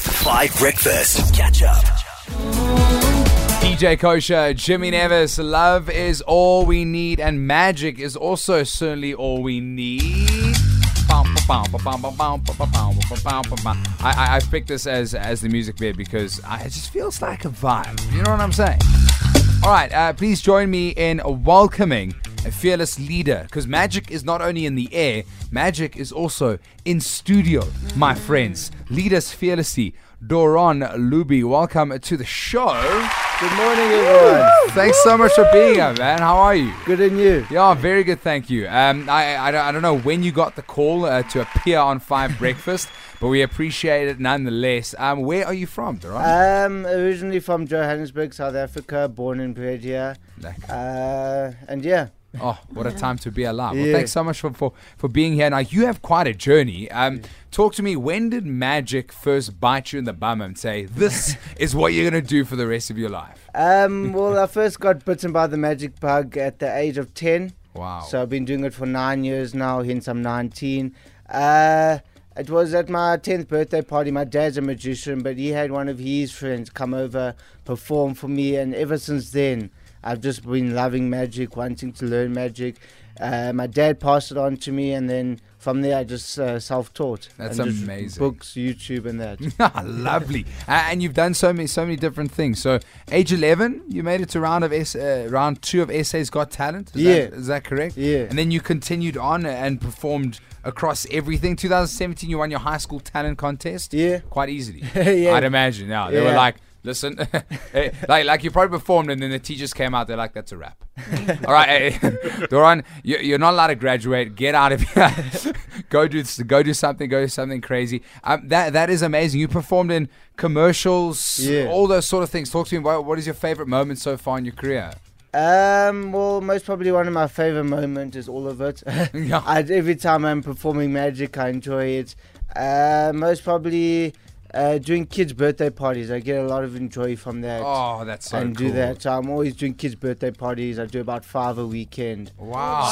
Five Breakfast. Catch up. DJ Kosher, Jimmy Nevis, love is all we need, and magic is also certainly all we need. I, I, I picked this as as the music bit because I, it just feels like a vibe. You know what I'm saying? All right, uh, please join me in welcoming a fearless leader because magic is not only in the air, magic is also in studio, my friends. Lead us fearlessly, Doron Luby. Welcome to the show. Good morning, everyone. Thanks so much for being here, man. How are you? Good and you. Yeah, very good, thank you. Um, I, I, don't- I don't know when you got the call uh, to appear on Five Breakfast, but we appreciate it nonetheless. Um, where are you from, Duran? Um, originally from Johannesburg, South Africa, born and bred here. Like- Uh, and yeah, oh, what a time to be alive. Well, yeah. thanks so much for, for, for being here. Now, you have quite a journey. Um, talk to me, when did magic first bite you in the bum and say, this is what you're going to do for the rest of your life? um, well, I first got bitten by the magic bug at the age of 10. Wow. So I've been doing it for nine years now, hence I'm 19. Uh, it was at my 10th birthday party. My dad's a magician, but he had one of his friends come over, perform for me, and ever since then, I've just been loving magic, wanting to learn magic. Uh, my dad passed it on to me, and then from there, I just uh, self taught. That's amazing. Books, YouTube, and that. Ah, Lovely, uh, and you've done so many, so many different things. So, age eleven, you made it to round of S, uh, round two of SA's Got Talent. Is that, Yeah. is that correct? Yeah. And then you continued on and performed across everything. 2017, you won your high school talent contest. Yeah. quite easily. Yeah. I'd imagine. Now they were Yeah. like, listen, eh, like like you probably performed, and then the teachers came out. They're like, that's a wrap. All right, eh, Doron, you, you're not allowed to graduate. Get out of here. go do s- go do something. Go do something crazy. Um, that that is amazing. You performed in commercials, Yeah. all those sort of things. Talk to me. What, what is your favorite moment so far in your career? Um, well, most probably one of my favorite moments is all of it. Yeah. I, every time I'm performing magic, I enjoy it. Uh, most probably uh, doing kids' birthday parties. I get a lot of enjoy from that. Oh, that's so and cool. do that. So I'm always doing kids' birthday parties. I do about five a weekend. Wow,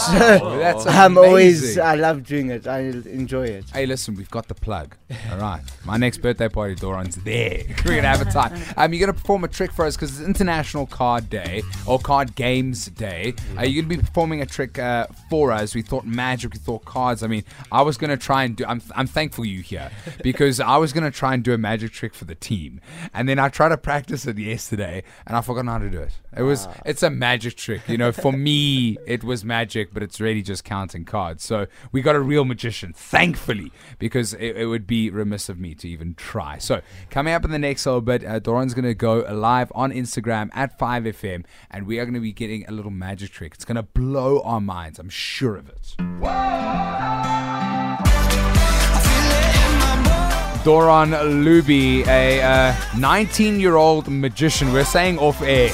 that's I'm always. Oh, amazing. I love doing it. I enjoy it. Hey, listen, we've got the plug. All right. My next birthday party, Doran's there. We're going to have a time. Um, you're going to perform a trick for us because it's International Card Day or Card Games Day. Are you going to be performing a trick uh, for us? We thought magic, we thought cards. I mean, I was going to try and do, I'm, I'm thankful you here because I was going to try and do a magic trick for the team. And then I tried to practice it yesterday and I forgot how to do it. It was, it's a magic trick. You know, for me, it was magic, but it's really just counting cards. So we got a real magician, thankfully, because it, it would be remiss of me to even try. So coming up in the next little bit, uh, Doran's going to go live on Instagram at 5FM, and we are going to be getting a little magic trick. It's going to blow our minds. I'm sure of it. Doron Luby, a 19 year old magician. We're saying off air.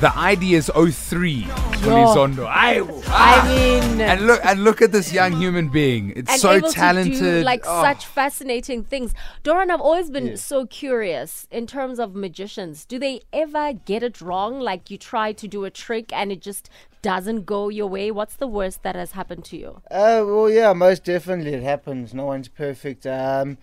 The oh ID is 03. Oh. Polizondo. Ay, ah. mean- And look, and look at this young human being. It's and so able talented. to do like Oh. such fascinating things. Doran, I've always been so curious in terms of magicians. Do they ever get it wrong? Like you try to do a trick and it just doesn't go your way. What's the worst that has happened to you? Uh, well, yeah, most definitely it happens. No one's perfect. Um,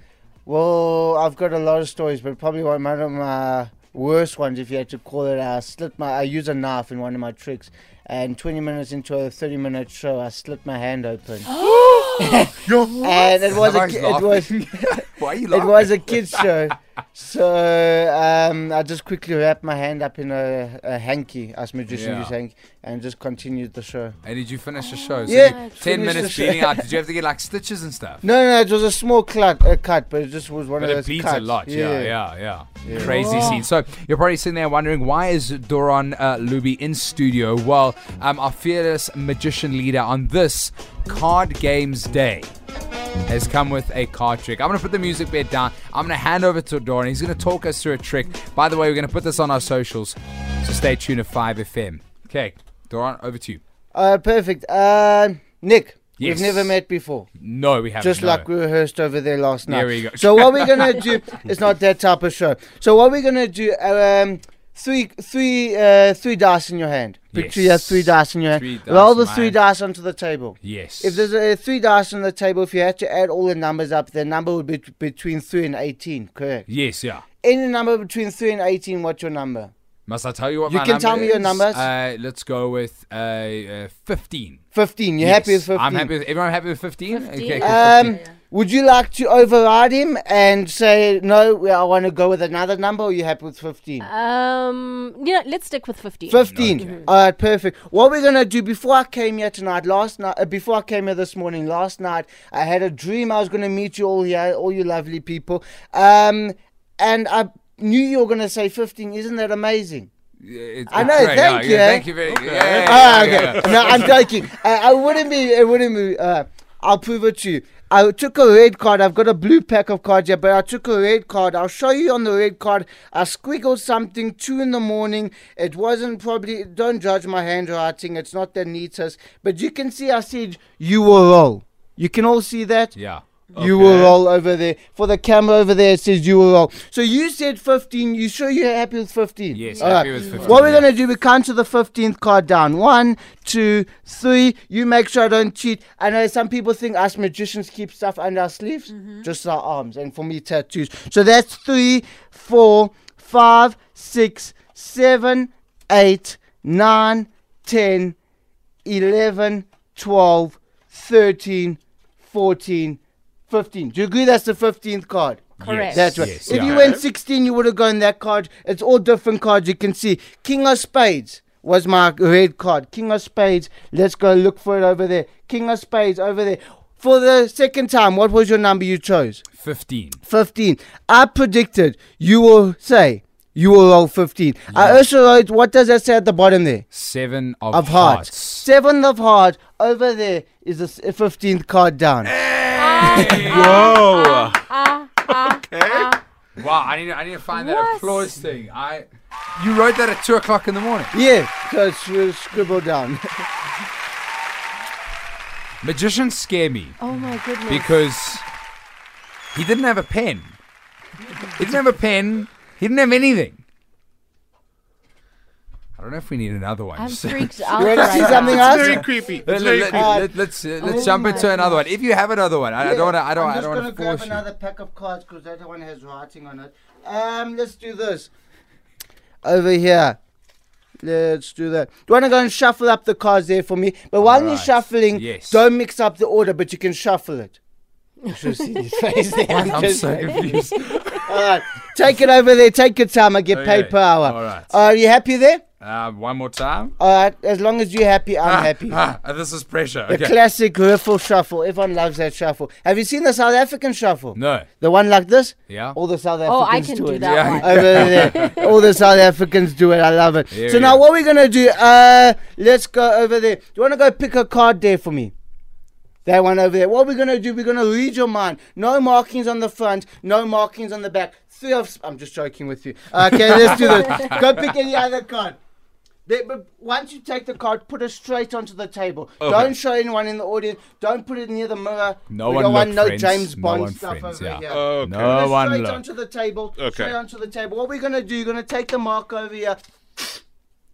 well, I've got a lot of stories, but probably one one of my worst ones, if you had to call it, I slipped my. I used a knife in one of my tricks, and 20 minutes into a 30-minute show, I slipped my hand open, and it was a, Everyone's ki- it was laughing. Why are you it laughing? was a kids show. So um, I just quickly wrapped my hand up in a, a hanky, as magicians Yeah. use hanky, and just continued the show. and did you finish the show? So Yeah, you- I 10 finished the minutes show. beating out. Did you have to get like stitches and stuff? No, no, it was a small cut, uh, cut, but it just was one But of it those beats a cuts. lot, yeah, yeah, yeah. Yeah. Oh. Crazy scene. So you're probably sitting there wondering why is Doron uh, Luby in studio? Well, um, our fearless magician leader on this Card Games Day has come with a card trick. I'm gonna put the music bed down. I'm gonna hand over to Doron. He's gonna talk us through a trick. By the way, we're gonna put this on our socials, so stay tuned to Five FM. Okay, Doron, over to you. Uh, perfect. Uh, Nick, Yes. we've never met before. No, we haven't. Just no. like we rehearsed over there last night. There we go. So what we're gonna do? It's not that type of show. So what we're gonna do? Um, three, three, uh, three dice in your hand. Picture you have three Yes. dice in your hand. Three dice, Roll the three man. dice onto the table. Yes. If there's uh three dice on the table, if you had to add all the numbers up, the number would be t- between three and eighteen. Correct. yes, yeah. Any number between three and eighteen. What's your number? Must I tell you what You my can number tell me your is? numbers. Uh, let's go with uh, uh, 15. Fifteen. You're happy with Yes, fifteen. I'm happy with everyone happy with 15? 15. Okay, cool. Uh, Um, would you like to override him and say no? we- I want to go with another number. Or are you happy with fifteen? Uh, Um, you know, let's stick with 15. 15. All right, perfect. What we're going to do before I came here tonight, last night, uh, before I came here this morning, last night, I had a dream I was going to meet you all here, all you lovely people. Um, and I knew you were going to say 15. Isn't that amazing? It's- I it's know, great. thank No, you, yeah, eh? Thank you very yeah, Ah, yeah, yeah, okay. no, I'm joking. Uh, I wouldn't be, it wouldn't be, uh, I'll prove it to you. I took a red card. I've got a blue pack of cards here, but I took a red card. I'll show you on the red card. I squiggled something two in the morning. It wasn't probably, don't judge my handwriting. It's not that neatest. But you can see I said, you will roll. You can all see that? yeah. You will roll over there. For the camera over there, it says you will roll. So you said 15. You sure you're happy with 15? Yes, All happy with 15, What we're yeah. going to do, we count to the 15th card down. One, two, three. You make sure I don't cheat. I know some people think us magicians keep stuff under our sleeves, just our arms, and for me, tattoos. So that's three, four, five, six, seven, eight, nine, ten. 11, 12, 13, 14, 15. Do you agree that's the 15th card? Correct. That's right. Yes, if yeah. you went 16, you would have gone that card. It's all different cards you can see. King of Spades was my red card. King of Spades. Let's go look for it over there. King of Spades over there. For the second time, what was your number you chose? 15. 15. I predicted you will say you will roll 15. I also wrote, what does that say at the bottom there? Seven of, of hearts. hearts. Seventh of heart over there is the s- 15th card down. Eh. Ah, Whoa. Wow, I need, to- I need to find What? that applause thing. I You wrote that at 2 o'clock in the morning. Yeah, so it's uh, scribble down. Magicians scare me Oh my goodness. because he didn't have a pen. He didn't have a pen. He didn't have anything. I don't know if we need another one. I'm Just- freaked out. You want to right see now. something It's else? very creepy. It's Let, very creepy. us uh, Oh let's jump my into another one. If you have another one, I I don't want to. I don't. I'm I just don't gonna want to grab force you. another pack of cards because that one has writing on it. Um, let's do this. Over here. Let's do that. Do you want to go and shuffle up the cards there for me? But while you're Alright, shuffling, yes. don't mix up the order, but you can shuffle it. You should see his face there. I'm I'm just- so confused. All right. Take it over there. Take your time. I get Okay, paid per hour. all right. Are you happy there? Uh, one more time. All right. As long as you're happy, I'm happy. Ah, ah, this is pressure. The Okay. classic riffle shuffle. Everyone loves that shuffle. Have you seen the South African shuffle? no. The one like this? Yeah. All the South Africans Oh, I can do it. that Yeah. one. Over there. All the South Africans do it. I love it. There so we now go. what we're going to do, uh, let's go over there. Do you want to go pick a card there for me? That one over there. What we're going to do, we're going to read your mind. No markings on the front, no markings on the back. Three of, sp- I'm just joking with you. Okay, let's do this. Go pick any other card. They, but once you take the card, put it straight onto the table. Don't show anyone in the audience. Don't put it near the mirror. No we one don't want look, no friends. James No Bond one stuff friends, over yeah. Uh, here. Okay. No Just one straight look. onto the table. Okay. Straight onto the table. What we're gonna do? You're gonna take the mark over here,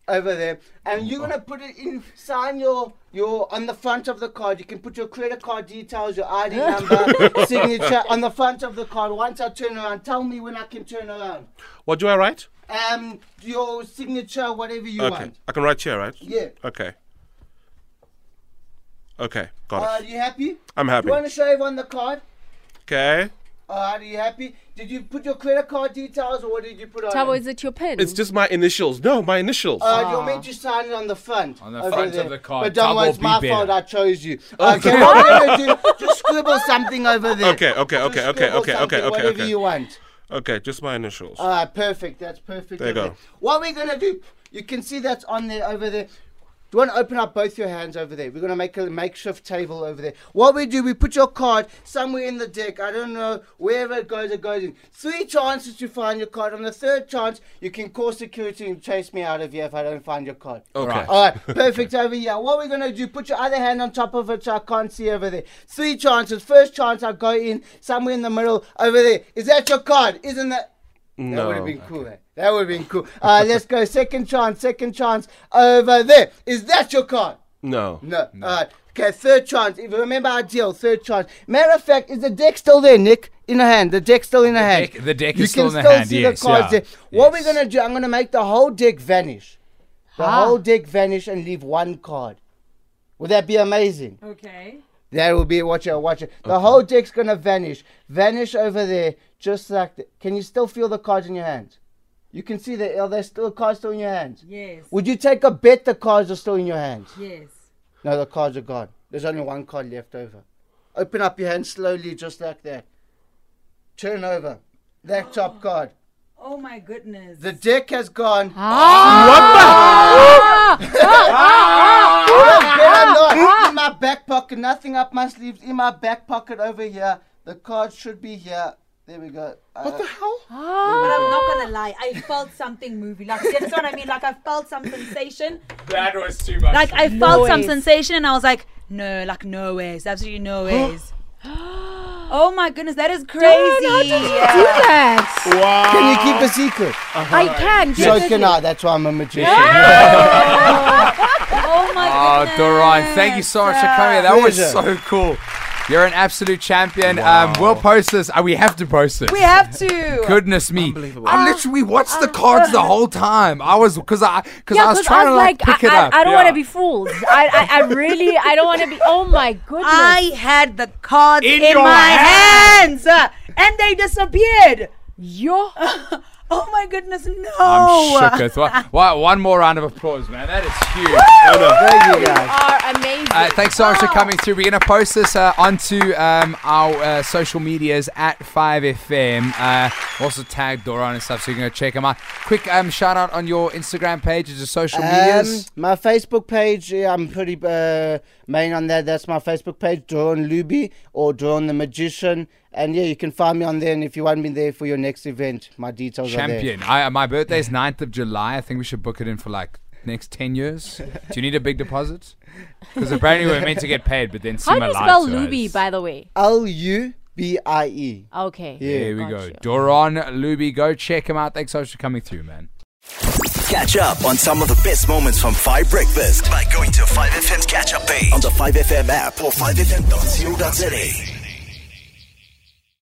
over there, and you're gonna put it in. Sign your your on the front of the card. You can put your credit card details, your ID number, signature on the front of the card. Once I turn around, tell me when I can turn around. What do I write? Um, your signature, whatever you Okay. want. I can write here, right? Yeah. Okay. Okay. Got Uh, Are it. you happy? I'm Do happy. you want to show everyone the card? Okay. Uh, are you happy? Did you put your credit card details or what did you put on Tabo, it? is it your pen? It's just my initials. No, my initials. Uh, you're meant to sign it on the front. On the over front of there. the card. But don't Tabo, worry, it's be my better. fault I chose you. Uh, Okay, what I'm going to do, just scribble something over there. Okay, okay, Just okay, okay, scribble okay, okay, something, okay, Whatever okay. you want. okay, just my initials. All right, perfect. That's perfect. There you over go. What we're going to do, you can see that's on there over there. Do you want to open up both your hands over there? We're going to make a makeshift table over there. What we do, we put your card somewhere in the deck. I don't know, wherever it goes, it goes in. Three chances to find your card. On the third chance, you can call security and chase me out of here if I don't find your card. okay. All right, perfect over here. What we're gonna do? Put your other hand on top of it so I can't see over there. Three chances. First chance, I go in somewhere in the middle over there. Is that your card? Isn't that? That No. would have been cool. eh? That would have been cool. Uh, let's go. Second chance. Second chance. Over there. Is that your card? No. No. All right. Okay. Third chance. If you remember our deal, third chance. Matter of fact, is the deck still there, Nick? In the hand. The deck's still in the, hand. deck- the deck you is still can in the still hand, See yes, the cards yeah. there. What Yes. we're gonna do? I'm gonna make the whole deck vanish. The Ah. whole deck vanish and leave one card. Would that be amazing? Okay. That will be watch it, watch it. The whole deck's gonna vanish, vanish over there, just like. The, can you still feel the cards in your hands? You can see that. Are there still cards still in your hands? Yes. Would you take a bet the cards are still in your hands? Yes. No, the cards are gone. There's only one card left over. Open up your hand slowly, just like that. Turn over. That top card. Oh my goodness. The deck has gone. Better not. Ah. In my back pocket, nothing up my sleeves. In my back pocket over here. The card should be here. There we go. Uh, what the hell? But I'm not gonna lie, I felt something moving. Like that's what I mean. Like I felt some sensation. That was too much. Like I felt some ways. sensation, and I was like, no, like no ways, absolutely no ways. oh my goodness, that is crazy. Do that. Can you keep a secret? I can. So definitely. can I. That's why I'm a magician. Oh my Oh, goodness. Doran, thank you so much for coming. That was Pleasure. so cool. You're an absolute champion. Um, we'll post this. Uh, we have to post this. We have to. Goodness me! I literally watched the cards the whole time. I was because I because Uh, Yeah, I was 'cause trying to like, pick it I, I, up. I don't want Yeah. to be fooled. I, I, I really, I don't want to be. Oh my goodness. I had the cards In in, your my hand. hands, uh, and they disappeared. Yo. Oh my goodness, no! I'm shook as well. Wow, one more round of applause, man. That is huge. Thank you guys. are amazing. Uh, thanks so much for coming through. We're going to post this uh, onto um, our uh, social medias at 5FM. Uh, also tag Doran and stuff, so you can go check him out. Quick um, shout out on your Instagram pages or social medias. Um, my Facebook page, yeah, I'm pretty uh, main on that. That's my Facebook page, Dawn Luby or Dawn the Magician. And yeah, you can find me on there. And if you want me there for your next event, my details are there. Champion. I, uh, my birthday is 9th of July. I think we should book it in for like next 10 years. Do you need a big deposit? Because apparently we are meant to get paid, but then Sima How do you lied spell to Luby, us. by the way? L U B I E. Okay. There we Got go. you. Doron Luby, go check him out. Thanks so much for coming through, man. Catch up on some of the best moments from 5 Breakfast by going to 5FM's catch up page on the 5FM app or 5FM.co.za.